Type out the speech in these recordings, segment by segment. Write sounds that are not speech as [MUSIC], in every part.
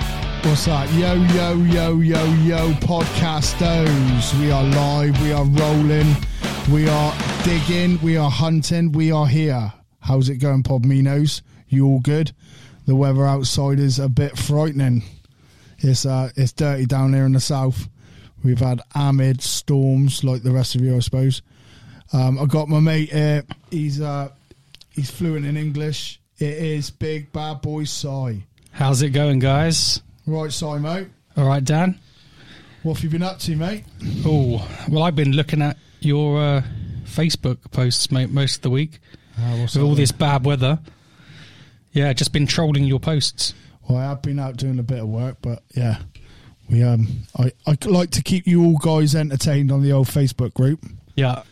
What's that? Yo, yo, yo, yo, yo, podcastos. We are live, we are rolling, we are digging, we are hunting, we are here. How's it going, Podminos? You all good? The weather outside is a bit frightening. It's uh, it's dirty down here in the south. We've had amid storms like the rest of you, I suppose. Um, I got my mate here. He's uh, he's fluent in English. It is big bad boy Sai. How's it going, guys? Right, Si, mate. All right, Dan. What have you been up to, mate? Oh, well, I've been looking at your uh, Facebook posts, mate, most of the week with all this bad weather. Yeah, just been trolling your posts. Well, I have been out doing a bit of work, but yeah, we um, I I like to keep you all guys entertained on the old Facebook group. Yeah.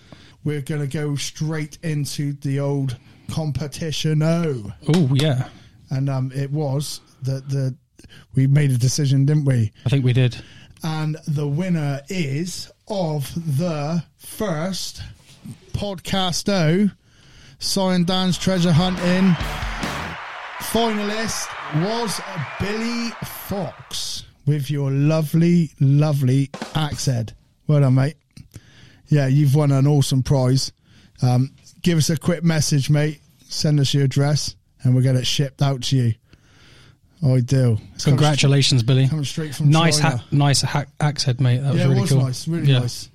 We're gonna go straight into the old competition. Oh, Oh, yeah. and um, it was that the we made a decision, didn't we? I think we did. And the winner is of the first podcast O Cyan Dan's Treasure Hunting finalist was Billy Fox with your lovely, lovely accent. Well done, mate. Yeah, you've won an awesome prize. Um, give us a quick message, mate. Send us your address and we'll get it shipped out to you. I do. It's coming straight- Congratulations, Billy. Coming straight from Nice, China. ha- nice ha- axe head, mate. That was Yeah, really it was cool. nice, really yeah. nice.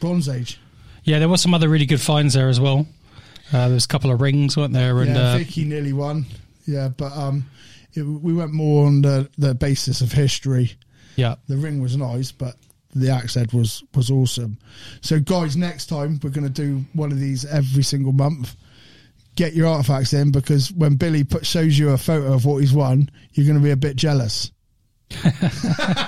Bronze Age. Yeah, there was some other really good finds there as well. Uh, there was a couple of rings, weren't there? And yeah, uh, Vicky nearly won. Yeah, but um, it, we went more on the, the basis of history. yeah, The ring was nice, but the axe head was was awesome. So, guys, next time we're going to do one of these every single month. Get your artifacts in because when Billy put, shows you a photo of what he's won, you're going to be a bit [LAUGHS] jealous.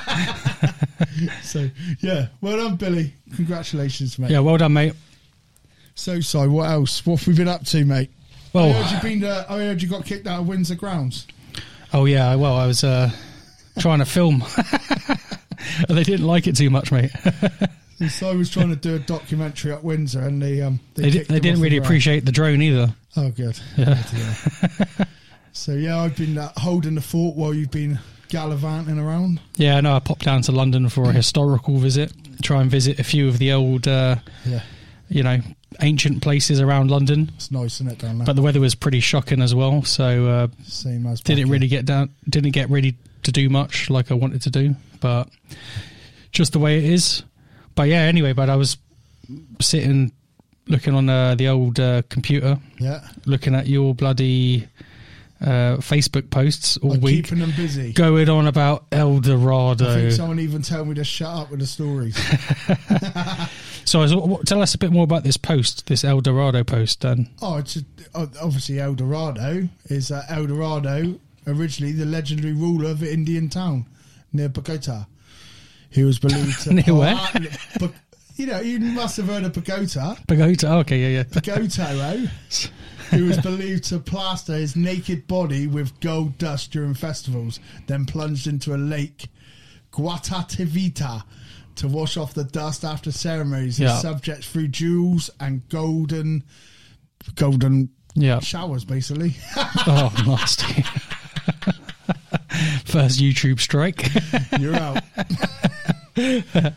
[LAUGHS] so, yeah, well done, Billy. Congratulations, mate. yeah. Well done, mate. Oh, So, Si, what else? What have we been up to, mate? I heard Well, you been to, I heard you got kicked out of Windsor grounds. oh yeah. Well, I was uh, trying to film, [LAUGHS] and they didn't like it too much, mate. And So I was trying to do a documentary at Windsor, and they um They, di- kicked they him off didn't the really ground. appreciate the drone either. Oh, [LAUGHS] good. Good, yeah. so yeah, I've been uh, holding the fort while you've been gallivanting around. Yeah, no, I popped down to London for a historical visit, try and visit a few of the old, uh, Yeah, you know, ancient places around London. it's nice, isn't it, down there? But the weather was pretty shocking as well, so uh, Same as didn't back really get down, didn't get ready to do much like I wanted to do, but just the way it is. But yeah, anyway, but I was sitting looking on uh, the old uh, computer, here. Yeah, looking at your bloody uh, Facebook posts all I'm week. keeping them busy. going on about El I Dorado. think So, someone even told me to shut up with the stories. I was, what, tell us a bit more about this post, this El Dorado post, Dan. Oh, it's a, o- obviously El Dorado is uh, El Dorado, originally the legendary ruler of the Indian town near Bogota. He was believed to. [LAUGHS] Near where? Bo- you know, you must have heard of Bogota. Bogota. Oh, okay, yeah, yeah. Goto, [LAUGHS] who was believed to plaster his naked body with gold dust during festivals, then plunged into a lake, Guatatavita, to wash off the dust after ceremonies. His Yeah. subjects threw jewels and golden, golden Yeah. showers, basically. [LAUGHS] [LAUGHS] Oh, nasty. [LAUGHS] First YouTube strike. You're out.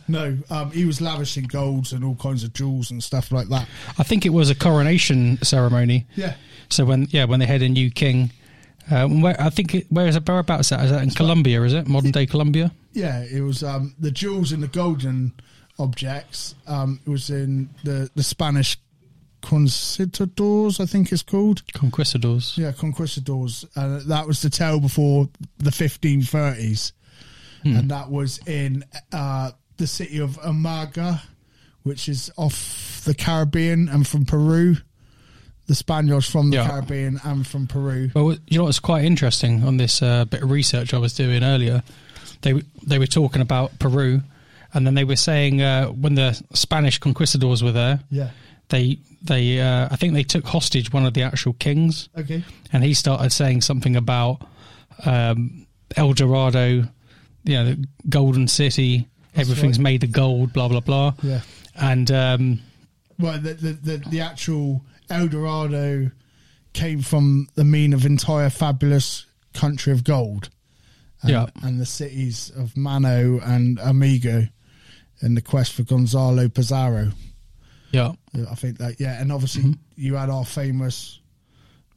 [LAUGHS] no, um, he was lavishing golds and all kinds of jewels and stuff like that. I think it was a coronation ceremony. Yeah. So when, yeah, when they had a new king. Um, where, I think it, where is it? Whereabouts is that? Is that in Colombia? Is it modern day Colombia? Yeah, it was um, the jewels and the golden objects. Um, it was in the, the Spanish conquistadors, I think it's called. Conquistadors. Yeah, conquistadors. Uh, that was the tale before the 1530s, and that was in uh, the city of Amaga, which is off the Caribbean and from Peru. The Spaniards from the Yeah. Caribbean and from Peru. Well, you know what's quite interesting on this uh, bit of research I was doing earlier. They w- they were talking about Peru, and then they were saying uh, when the Spanish conquistadors were there, Yeah. they they uh, I think they took hostage one of the actual kings, Okay. and he started saying something about um, El Dorado, you know, the Golden City, everything's right. made of gold, blah blah blah, Yeah. and um, well, the, the, the, the actual El Dorado came from the mean of entire fabulous country of gold. and, Yeah. and the cities of Mano and Amigo in the quest for Gonzalo Pizarro. Yeah. I think that, yeah. And obviously, Mm-hmm. you had our famous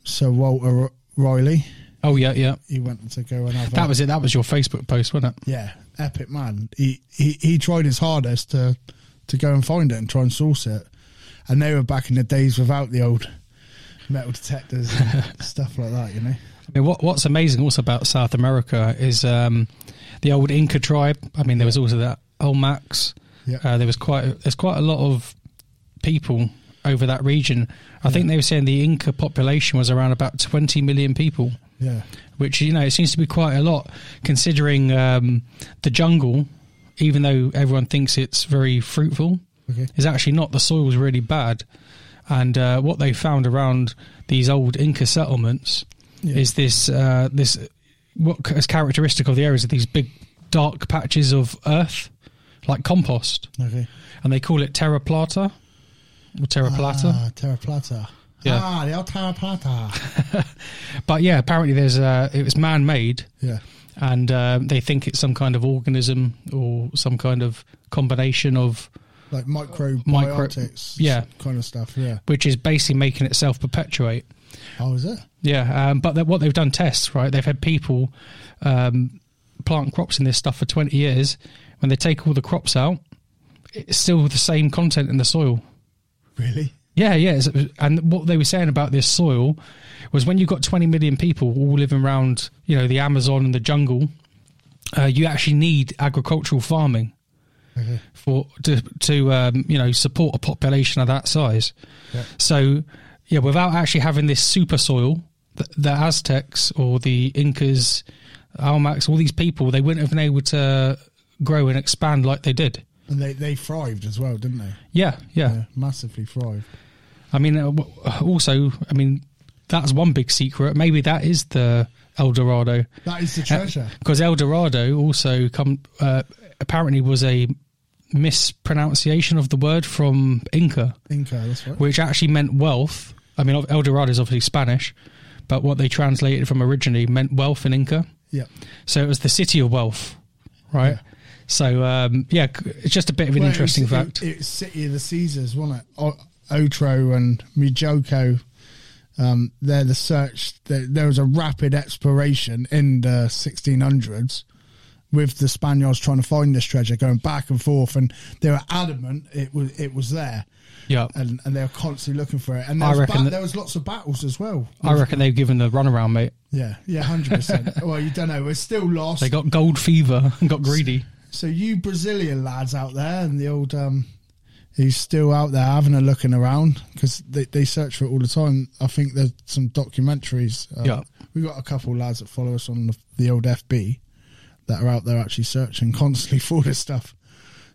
Sir Walter R- Riley. Oh yeah, yeah. He went to go and have That a- was it. That was your Facebook post, wasn't it? yeah, epic man. He, he he tried his hardest to to go and find it and try and source it. And they were back in the days without the old metal detectors [LAUGHS] and stuff like that, you know. I mean, what what's amazing also about South America is um, the old Inca tribe. I mean, there was also that Olmacs. Yeah. Uh, there was quite there's quite a lot of people over that region. I think they were saying the Inca population was around about 20 million people, Yeah. which you know it seems to be quite a lot considering um, the jungle. Even though everyone thinks it's very fruitful, Okay. is actually not. The soil's really bad, and uh, what they found around these old Inca settlements Yeah. is this uh, this what is characteristic of the areas are these big dark patches of earth, like compost, Okay. and they call it terra plata or terra plata. Ah, Terra Plata. Yeah. Ah, the old Terra Plata. But yeah, apparently there's uh, it was man made, yeah. and uh, they think it's some kind of organism or some kind of combination of Like microbiotics. Micro- yeah. Kind of stuff. Yeah. which is basically making itself perpetuate. How is it? Yeah, um, but that- what they've done tests, right? They've had people um, plant crops in this stuff for 20 years. When they take all the crops out, it's still the same content in the soil. Really? Yeah, yeah. it's- And what they were saying about this soil was when you've got 20 million people all living around, you know, the Amazon and the jungle, uh, you actually need agricultural farming Okay. for to to um, you know support a population of that size. Yeah. So yeah, without actually having this super soil, the, the Aztecs or the Incas, Almacs, all these people, they wouldn't have been able to grow and expand like they did. And they, they thrived as well, didn't they? Yeah, yeah. Yeah. Massively thrived. I mean, uh, w- also, I mean, that's one big secret. Maybe that is the El Dorado. That uh, is the treasure. because El Dorado also come uh, apparently was a mispronunciation of the word from Inca, Inca, that's right. which actually meant wealth. I mean, El Dorado is obviously Spanish, but what they translated from originally meant wealth in Inca. Yeah. So it was the city of wealth, right? Yeah. So um, yeah, c- it's just a bit of an Well, interesting it was, fact. It, it was City of the Caesars, wasn't it? O- Otro and Mijoko. Um, they're the search. There, there was a rapid exploration in the 1600s with the Spaniards trying to find this treasure, going back and forth, and they were adamant it was it was there, yeah, and, and they were constantly looking for it. And I there was, reckon ba- that- there was lots of battles as well. I reckon they've given the runaround, mate. Yeah, yeah, hundred [LAUGHS] percent. Well, you don't know. It's still lost. They got gold fever [LAUGHS] and got greedy. So you Brazilian lads out there and the old um, who's still out there having a looking around because they, they search for it all the time. I think there's some documentaries. Uh, Yeah. we got a couple lads that follow us on the, the old FB that are out there actually searching constantly [LAUGHS] for this stuff.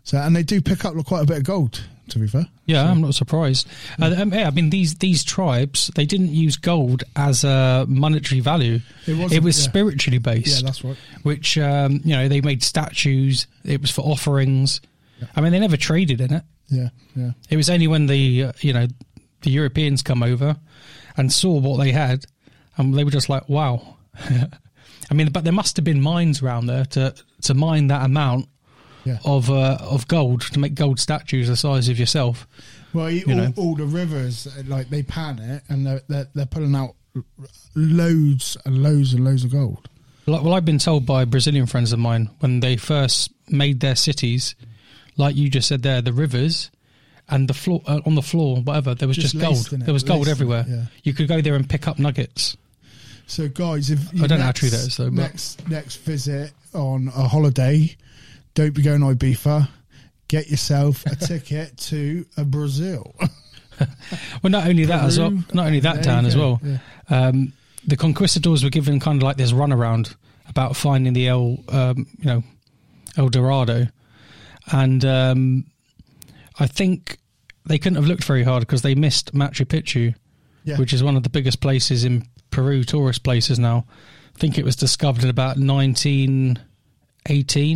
So and they do pick up quite a bit of gold. To be fair, Yeah, I'm not surprised. Uh, um, yeah, I mean these these tribes they didn't use gold as a monetary value. It It, wasn't- was yeah. spiritually yeah, based, that's right. which um, you know they made statues. It was for offerings. I mean they never traded in it. Yeah, yeah, It was only when the uh, you know the Europeans come over and saw what they had, and they were just like, wow. [LAUGHS] I mean, but there must have been mines around there to to mine that amount yeah. of uh, of gold to make gold statues the size of yourself. Well, you, all, know. all the rivers, uh, like they pan it, and they're they're, they're pulling out loads and loads and loads of gold. Like, well, I've been told by Brazilian friends of mine when they first made their cities, like you just said there, the rivers and the floor uh, on the floor, whatever. There was Just just, laced in gold. it, There was gold laced in it, everywhere. yeah. You could go there and pick up nuggets. So, guys, if I don't know how true that is, though, but- next next visit on a holiday, don't be going Ibiza. Get yourself [LAUGHS] a ticket to a Brazil. Well, not only that as well. Peru. Not only There that, Dan, you as go, well. yeah. Um, the conquistadors were given kind of like this runaround about finding the El, um, you know, El Dorado, and um, I think they couldn't have looked very hard because they missed Machu Picchu, Yeah. [LAUGHS] which is one of the biggest places in Peru, tourist places now. I think it was discovered in about 1918,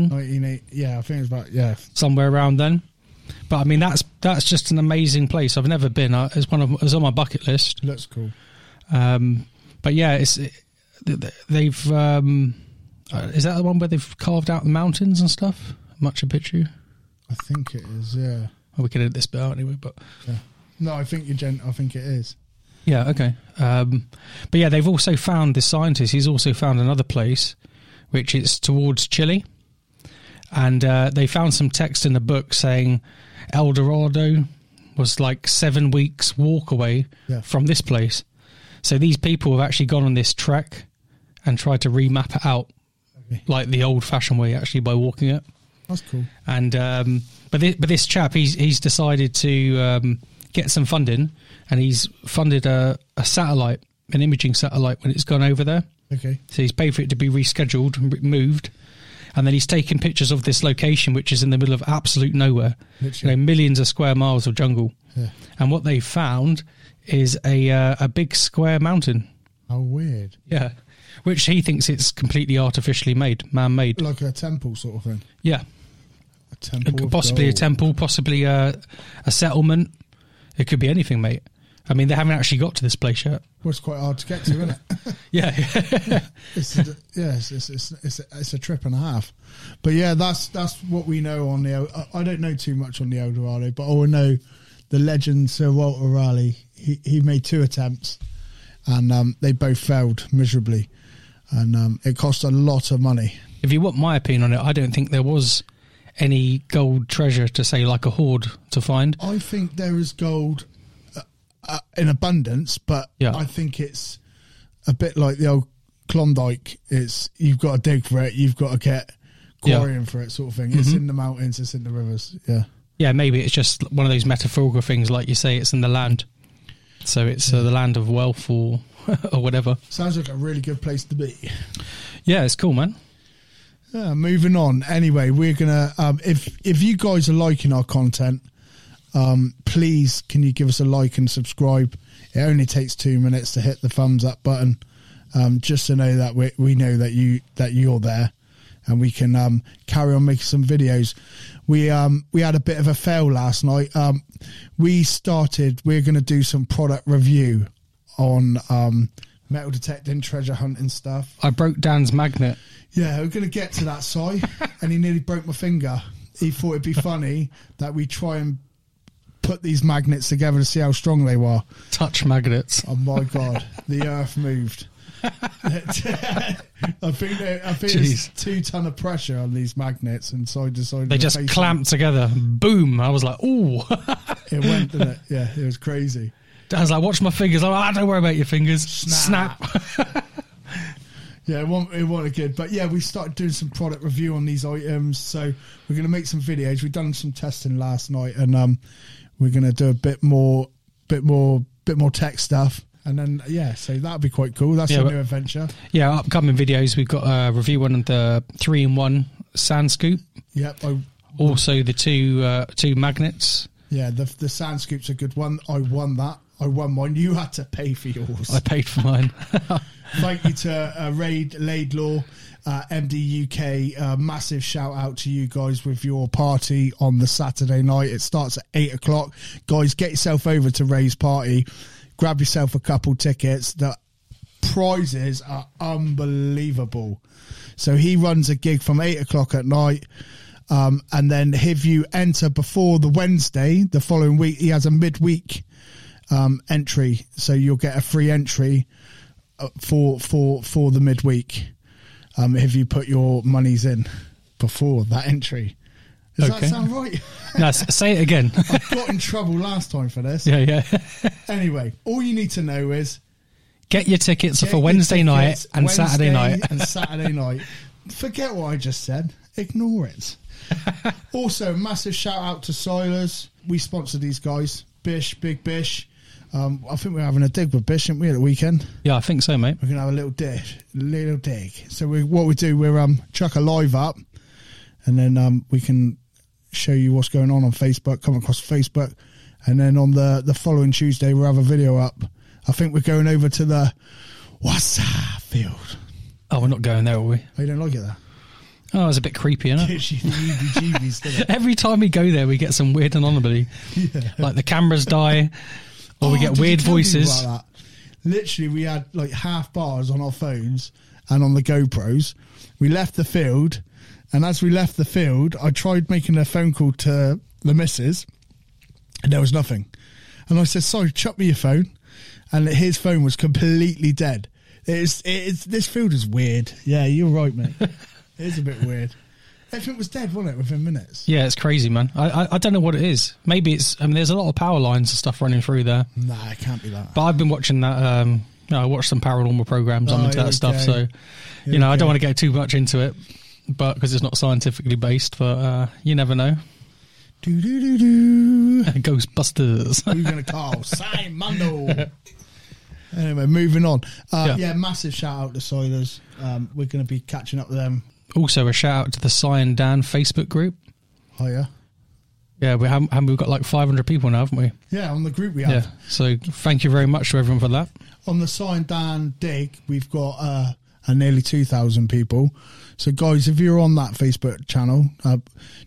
1980 yeah, I think it's about yeah. somewhere around then. But I mean, that's that's just an amazing place. I've never been. I- It's one of it's on my bucket list. Looks cool. Um, but yeah, it's th- th- they've. Um, Uh, is that the one where they've carved out the mountains and stuff? Machu Picchu. I think it is. Yeah. Oh, we could edit this bit out anyway, but No, I think you gent. I think it is. yeah, okay. Um, but yeah, they've also found this scientist. He's also found another place, which is towards Chile, and uh, they found some text in the book saying El Dorado was like seven weeks walk away Yeah. from this place. So these people have actually gone on this trek and tried to remap it out Okay. like the old-fashioned way, actually by walking it. That's cool. and um, but this, but this chap he's he's decided to um, get some funding, and he's funded a, a satellite, an imaging satellite when it's gone over there. Okay. So he's paid for it to be rescheduled and re- moved, and then he's taken pictures of this location, which is in the middle of absolute nowhere, you know, Literally. millions of square miles of jungle. Yeah. And what they found is a uh, a big square mountain, How weird. yeah, which he thinks it's completely artificially made, man made, Like a temple sort of thing. yeah. A temple. of possibly a gold. temple, possibly a, a settlement. It could be anything, mate. I mean, they haven't actually got to this place yet. Well, it's quite hard to get to, isn't it? Yeah, It's a, yeah, it's it's, it's, it's, a, it's a trip and a half. But yeah, that's that's what we know on the. El- I I don't know too much on the El Dorado, but all I know the legend Sir Walter Raleigh. He he made two attempts, and um, they both failed miserably, and um, it cost a lot of money. if you want my opinion on it, I don't think there was any gold treasure to say like a hoard to find. I think there is gold uh, uh, in abundance, but Yeah. I think it's a bit like the old Klondike. It's you've got to dig for it, you've got to get Yeah. Mm-hmm. quarrying for it, sort of thing. It's in the mountains, it's in the rivers. Yeah, Yeah, maybe it's just one of those metaphorical things, like you say, it's in the land, so it's uh, the land of wealth or [LAUGHS] or whatever. sounds like a really good place to be. Yeah, it's cool, man. Yeah, moving on. Anyway, we're gonna um, if if you guys are liking our content, um, please can you give us a like and subscribe? It only takes two minutes to hit the thumbs up button, um, just to know that we we know that you that you're there, and we can um, carry on making some videos. We um we had a bit of a fail last night. Um, we started. We're gonna do some product review on um metal detecting, treasure hunting stuff. I broke Dan's magnet. Yeah, we're going to get to that, [LAUGHS] Si. and he nearly broke my finger. He thought it'd be funny that we try and put these magnets together to see how strong they were. Touch magnets. Oh my God, [LAUGHS] the earth moved. I think, there- I think there's Jeez. two ton of pressure on these magnets, and so I decided They to just face clamped together. Boom! I was like, ooh. [LAUGHS] them. It went, didn't it? Yeah, it was crazy. Dan's like, watch my fingers. I'm like, ah, don't worry about your fingers. Snap. Yeah, it wasn't, it wasn't good. But yeah, we started doing some product review on these items. So we're going to make some videos. We've done some testing last night, and um, we're going to do a bit more, bit more, bit more tech stuff. And then yeah, so that'll be quite cool. That's Yeah, a but- new adventure. Yeah, upcoming videos. We've got a review one of the three in one sand scoop. Yep. I, Also the two uh, two magnets. yeah, the the sand scoop's a good one. I won that. I won one. You had to pay for yours. I paid for mine. [LAUGHS] Thank you to uh, Raid Laidlaw, uh, MD UK. Uh, massive shout out to you guys with your party on the Saturday night. It starts at eight o'clock. Guys, get yourself over to Ray's party. Grab yourself a couple tickets. The prizes are unbelievable. So he runs a gig from eight o'clock at night. Um, and then if you enter before the Wednesday, the following week, he has a midweek um, entry. So you'll get a free entry uh, for for for the midweek um, if you put your monies in before that entry. Does Okay. that sound [LAUGHS] right? no, s- say it again. [LAUGHS] Got in trouble last time for this. yeah, yeah. Anyway, all you need to know is Get your tickets get for your Wednesday night tickets and Wednesday Saturday night. and Saturday night. Forget what I just said. Ignore [LAUGHS] it. also, massive shout out to Soilers. We sponsor these guys. Bish, Big Bish. Um, I think we're having a dig with Bish, aren't we, at the weekend? Yeah, I think so, mate. We're gonna have a little dig, little dig. So we, what we do, we're um chuck a live up, and then um we can show you what's going on on Facebook. Come across Facebook, and then on the the following Tuesday we'll have a video up. I think we're going over to the Wassa field. Oh, we're not going there, are we? I don't like it there. Oh, it's a bit [LAUGHS] creepy, isn't it? Gives you the heebie-jeebies, doesn't it? Every time we go there, we get some weird [LAUGHS] anomaly. Like the cameras die, or Oh, we get did you weird tell people voices. about that? Literally, we had like half bars on our phones, and on the GoPros. We left the field, and as we left the field, I tried making a phone call to the missus, and there was nothing. And I said, "Sorry, chuck me your phone," and his phone was completely dead. It's it's this field is weird. Yeah, you're right, [LAUGHS] mate. it is a bit weird. Everything was dead, wasn't it, within minutes? Yeah, it's crazy, man. I, I I don't know what it is. Maybe it's. I mean, there's a lot of power lines and stuff running through there. Nah, it can't be that. But I've been watching that. Um, no, I watched some paranormal programs. I'm Oh, into here we that stuff. go. So, you know, we I go. don't want to get too much into it, but because it's not scientifically based. But uh, you never know. [LAUGHS] Do do do do. Ghostbusters. [LAUGHS] Who are going to call? Simon Mandel. Anyway, moving on. Uh, yeah. Yeah. massive shout out to Soilers. Um, we're going to be catching up with them. also, a shout out to the Cyan Dan Facebook group. Oh yeah, Yeah, we haven't, haven't we got like 500 people now, haven't we? yeah. On the group we have Yeah. So thank you very much to everyone for that. on the sign Dan dig, we've got uh, uh, nearly two thousand people. So guys, if you're on that Facebook channel, uh,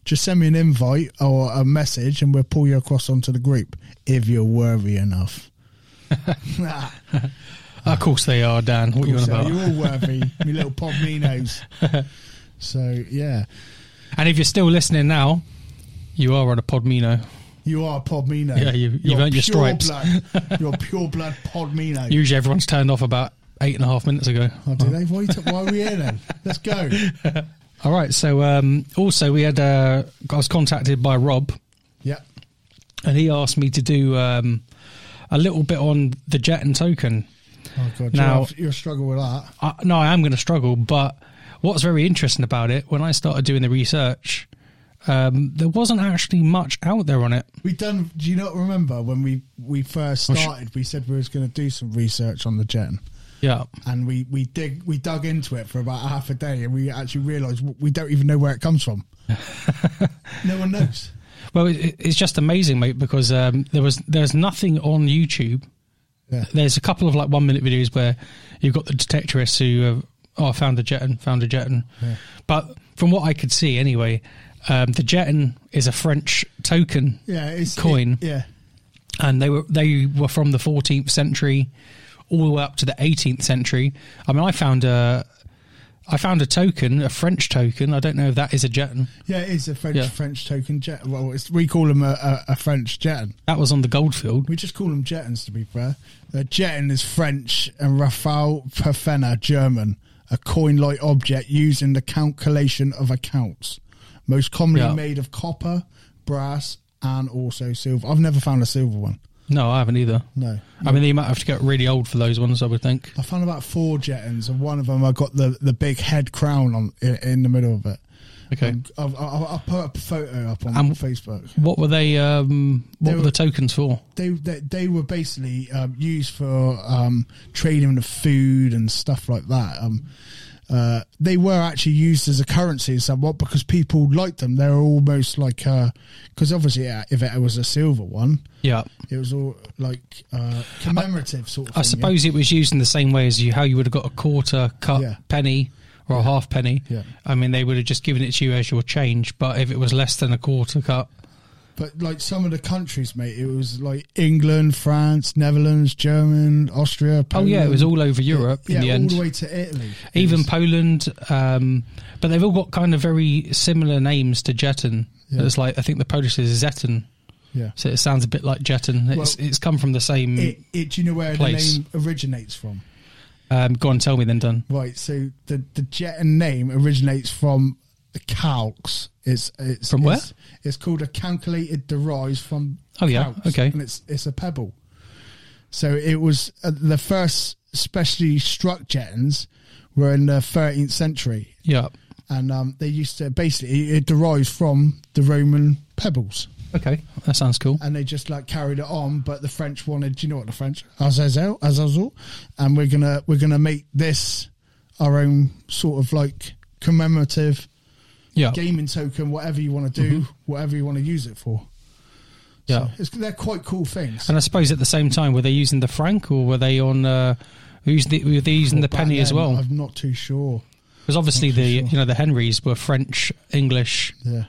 just send me an invite or a message, and we'll pull you across onto the group if you're worthy enough. Nah. Of course they are, Dan. What you on Also, about? you're all worthy, me [LAUGHS] little podminos. So yeah, And if you're still listening now, you are on a Podmino. you are a podmino. Yeah, you- you've earned your stripes. [LAUGHS] Blood, you're pure blood podmino. Usually everyone's turned off about eight and a half minutes ago. oh, do [LAUGHS] they? Why, you t- why are we here then? Let's go. All right. So um, also we had uh, I was contacted by Rob, Yeah. and he asked me to do um, a little bit on the Jet and Token. Oh god, Now- you're, you're struggle with that. I, no, I am going to struggle. But what's very interesting about it, when I started doing the research, um, there wasn't actually much out there on it. We done. Do you not remember when we we first Oh, sh- started? We said we was going to do some research on the gen, Yeah. and we we dig we dug into it for about half a day, and we actually realised w- we don't even know where it comes [LAUGHS] from. no one knows. Well, it- it, it's just amazing, mate, because um, there was there's nothing on YouTube. Yeah. There's a couple of like one minute videos where you've got the detectorists who have, oh, I found a jeton, found a jeton. But from what I could see, anyway, um, the jeton is a French token, Yeah, it's Coin. it- yeah, and they were they were from the 14th century all the way up to the 18th century. I mean, I found a I found a token, a French token. I don't know if that is a jeton. yeah. It is a French Yeah. French token jet. Well, it's, we call them a, a, a French jeton. That was on the goldfield. We just call them jetons to be fair. A jeton is French and Raphael Perfenner German, a coin like object used in the calculation of accounts. Most commonly Yeah. made of copper, brass, and also silver. I've never found a silver one. No, I haven't either. No. I mean, you might have to get really old for those ones, I would think. I found about four jetons, and one of them I got the, the big head crown on in, in the middle of it. Okay. Um, I've, I'll, I'll put a photo up on Um, Facebook. what were they? Um, what They were, were- the tokens for? they they, they were basically um, used for um, trading of food and stuff like that. Um, uh, they were actually used as a currency somewhat because people liked them. They're almost like because obviously yeah, if it was a silver one, Yeah, it was all like uh, commemorative sort of. I thing, suppose it was used in the same way as you how you would have got a quarter, cup, Yeah. penny, or a half penny. Yeah. I mean, they would have just given it to you as your change, but if it was less than a quarter cup, yeah. But like some of the countries, mate, it was like England, France, Netherlands, German, Austria. oh yeah, it was Poland. all over Europe yeah, in the all end. the way to Italy. It Even was- Poland, um, but they've all got kind of very similar names to Jeton. Yeah. It's like I think the Polish is Zeton, yeah. so it sounds a bit like Jeton. It's it's come from the same. It, it, do you know where Place. the name originates from? um, go on, tell me then, Dan. Right, so the the Jeton name originates from the calx. It's it's From where? It's, it's called a calculated derives from. Oh, yeah, okay. And it's it's a pebble. So it was uh, the first specially struck jetons were in the 13th century, Yeah. and um, they used to basically it derives from the Roman pebbles, Okay, that sounds cool. and they just like carried it on. But the French wanted, do you know what the French? Azazel, Azazel, and we're gonna we're gonna make this our own sort of like commemorative Yeah. gaming token, whatever you want to do, whatever you want to use it for. Mm-hmm. Yeah. It's, they're quite cool things. And I suppose at the same time, were they using the franc or were they on? Uh, who's the, were they using the Back penny as then, Oh, well? I'm not too sure. Because obviously Not too the sure. you know the Henrys were French English Yeah,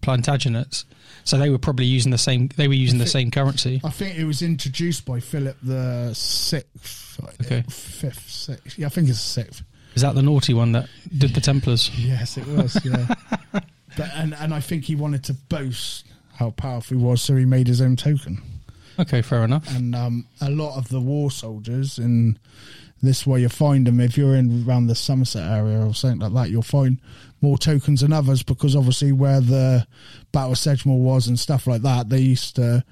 Plantagenets, so they were probably using the same. They were using the same currency. I think it was introduced by Philip the sixth, Okay. fifth, sixth. Yeah, I think it's sixth. Is that the naughty one that did the Templars? Yes, it was. Yeah, but, and and I think he wanted to boast how powerful he was, so he made his own token. Okay, fair enough. And um, a lot of the war soldiers in this way, you find them if you're in around the Somerset area or something like that. You'll find more tokens than others because obviously where the Battle of Sedgemoor was and stuff like that, they used to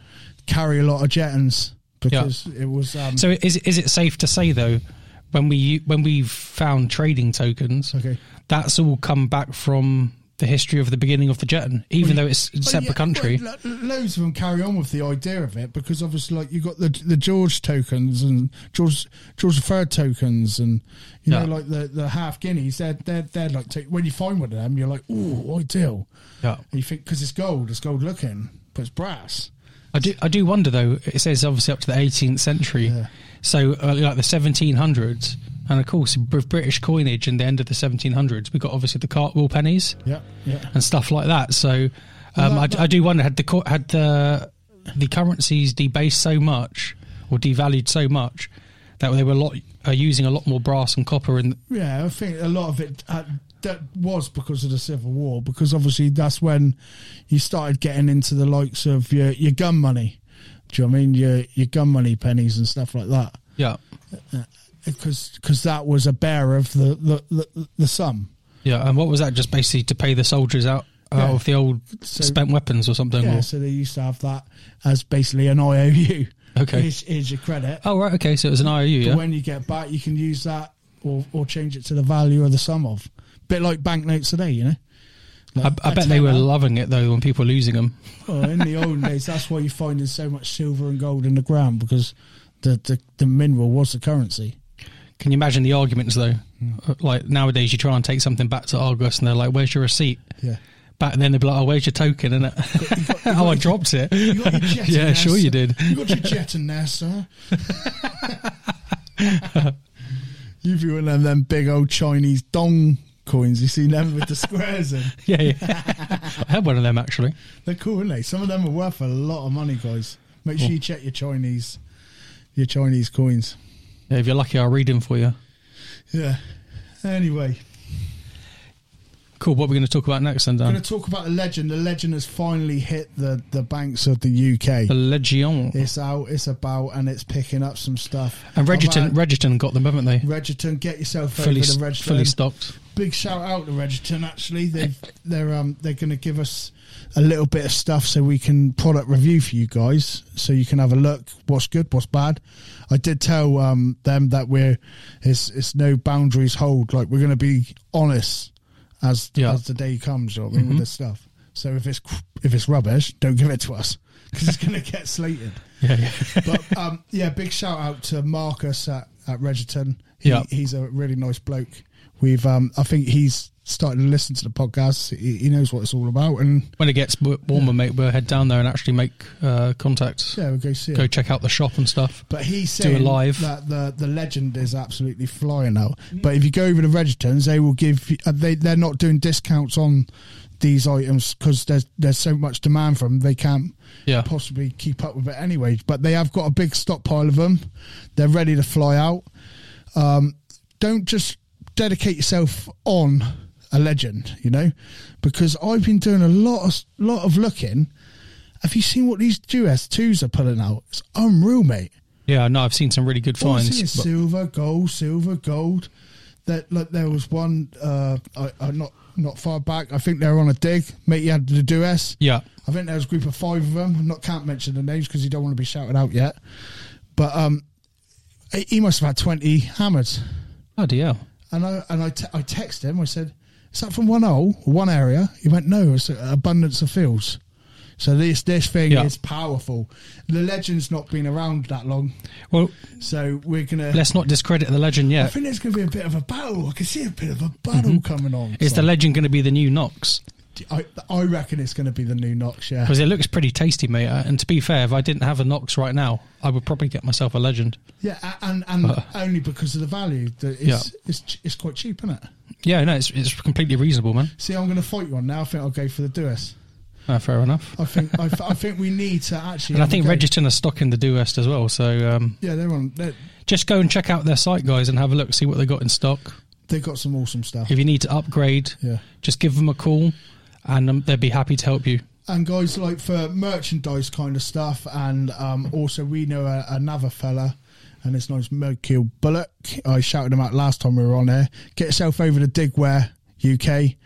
carry a lot of jetons because it was. Um, So is is it safe to say though, when we when we've found trading tokens, okay. that's all come back from the history of the beginning of the Jeton, even though it's a Well, separate yeah, country. well, lo- loads of them carry on with the idea of it because obviously, like you got the the George tokens and George George III tokens, and you Yeah. know, like the, the half guineas. They're they're they're like to, when you find one of them, you're like, ooh, ideal. yeah. And you think because it's gold, it's gold looking, but it's brass. I do I do wonder though. It says obviously up to the 18th century, Yeah. so uh, like the 1700s, and of course with British coinage and the end of the 1700s, we got obviously the cartwheel pennies Yeah, yeah. and stuff like that. So um, Well, I, that- I do wonder had the co- had the the currencies debased so much or devalued so much that they were a lot uh, using a lot more brass and copper and Yeah, I think a lot of it uh, that was because of the Civil War, because obviously that's when you started getting into the likes of your your gun money. Do you know what I mean your your gun money pennies and stuff like that? yeah Because because that was a bearer of the the, the, the sum. yeah and what was that just basically to pay the soldiers out out Yeah. of the old So- spent weapons or something Yeah, or, so they used to have that as basically an IOU. Okay. here's, here's your credit. oh right okay so it was an IOU yeah But when you get back, you can use that or or change it to the value of the sum of. Bit like banknotes today, you know. I, Like I a bet they were tenner. loving it though when people were losing them. Well, in the old days, that's why you're finding so much silver and gold in the ground because the, the, the mineral was the currency. Can you imagine the arguments though? Uh, Like nowadays, you try and take something back to Argos, and they're like, "Where's your receipt?" Yeah. Back then, they'd be like, "Oh, where's your token?" And [LAUGHS] oh, I dropped it. You got your jet in [LAUGHS] yeah, there, sure sir. you did. You got your jet in there, sir. [LAUGHS] You've been one of them big old Chinese dong coins. You seen them with the squares in. [LAUGHS] Yeah, yeah. I had one of them actually. They're cool, aren't they? Some of them are worth a lot of money, guys. Make sure you check your Chinese, your Chinese coins. Yeah, if you're lucky, I'll read them for you. Yeah. Anyway, Cool. What we're going to talk about next then, I'm Dan? going to talk about the legend. The legend has finally hit the, the banks of the UK. The Legion It's out, it's about, and it's picking up some stuff. and Regiton. I've had- Regiton got them, haven't they? Regiton, get yourself Fully, over to s- Regiton. fully stocked. Big shout out to Regiton. Actually, they've they're um they're going to give us a little bit of stuff so we can product review for you guys, so you can have a look what's good, what's bad. I did tell um them that we're it's it's no boundaries hold. Like we're going to be honest as Yeah. as the day comes. You know what I mean with this stuff. So if it's cr- if it's rubbish, don't give it to us because it's going to get slated Yeah, [LAUGHS] yeah. but um, yeah, big shout out to Marcus at, at Regiton. He, Yeah. he's a really nice bloke. We've, um, I think he's starting to listen to the podcast. He, he knows what it's all about, and When it gets w- warmer, mate, we'll head down there and actually make uh, contacts. yeah, we'll go see. Go Him. check out the shop and stuff. But he said live. that the the legend is absolutely flying out. But if you go over to Regitons, they will give. you- uh, They they're not doing discounts on these items because there's there's so much demand for them. They can't Yeah. possibly keep up with it anyway. But they have got a big stockpile of them. They're ready to fly out. Um, don't just dedicate yourself on a legend, you know, because I've been doing a lot of lot of looking. Have you seen what these US twos are pulling out? It's unreal, mate. Yeah, no, I've seen some really good All I see finds. is but- silver, gold, silver, gold. That like there was one uh, I, I not not far back. I think they were on a dig. Mate, you had to do S. yeah, I think there was a group of five of them. I'm not can't mention the names because you don't want to be shouted out yet. But um, he- he must have had twenty hammers. bloody hell. And I and I, te- I texted him. I said, "Is that from one hole, one area?" He went, "No, it's an abundance of fields." So this this thing Yeah. is powerful. The legend's not been around that long, Well, so we're gonna. let's not discredit the legend I yet. think there's gonna be a bit of a battle. I can see a bit of a battle coming on. Is Mm-hmm. the legend going to be the new Knox? I, I reckon it's gonna be the new Nox. Yeah, Because it looks pretty tasty, mate. Uh, And to be fair, if I didn't have a Knox right now, I would probably get myself a legend. yeah, a- and and only because of the value. That it's, Uh. Yeah. it's ch- it's quite cheap, isn't it? Yeah, no, it's, it's completely reasonable, man. See, I'm gonna fight you on now. I think I'll go for the Duas. Uh, fair enough. I think I, I think we need to actually. And I have a think go. Regiton are stocking the Do West as well. So um, Yeah, they're on. They're, just go and check out their site, guys, and have a look, see what they got in stock. They've got some awesome stuff. If you need to upgrade, Yeah. just give them a call, and um, they'd be happy to help you. and guys like for merchandise kind of stuff and um, also we know a, another fella and his name's Mercule Bullock I shouted him out last time we were on there get yourself over to Digware UK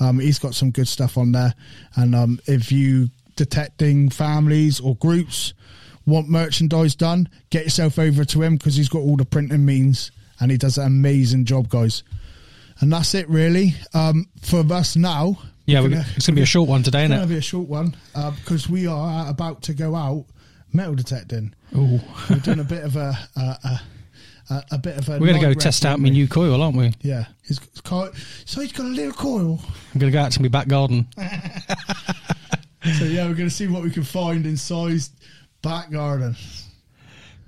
um, he's got some good stuff on there and um, if you detecting families or groups want merchandise done get yourself over to him because he's got all the printing means and he does an amazing job guys and that's it really um, for us now Yeah, we're, We're g- gonna- it's gonna be a short one today, it's going isn't to be a short one uh, because we are about to go out metal detecting. it? Ooh. We're doing a bit of a a, a, a bit of a. We're gonna go night rep, test out aren't my we? new coil, aren't we? Yeah, his coil. So he's got a little coil. I'm gonna go out to my back garden. So yeah, we're going to see what we can find in size back garden.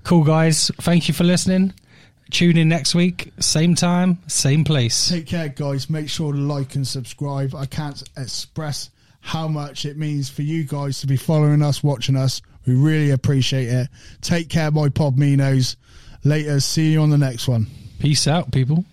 Cool guys, thank you for listening. Tune in next week, same time, same place. Take care, guys. Make sure to like and subscribe. I can't express how much it means for you guys to be following us, watching us. We really appreciate it. Take care, my Podminos. Later. See you on the next one. Peace out, people.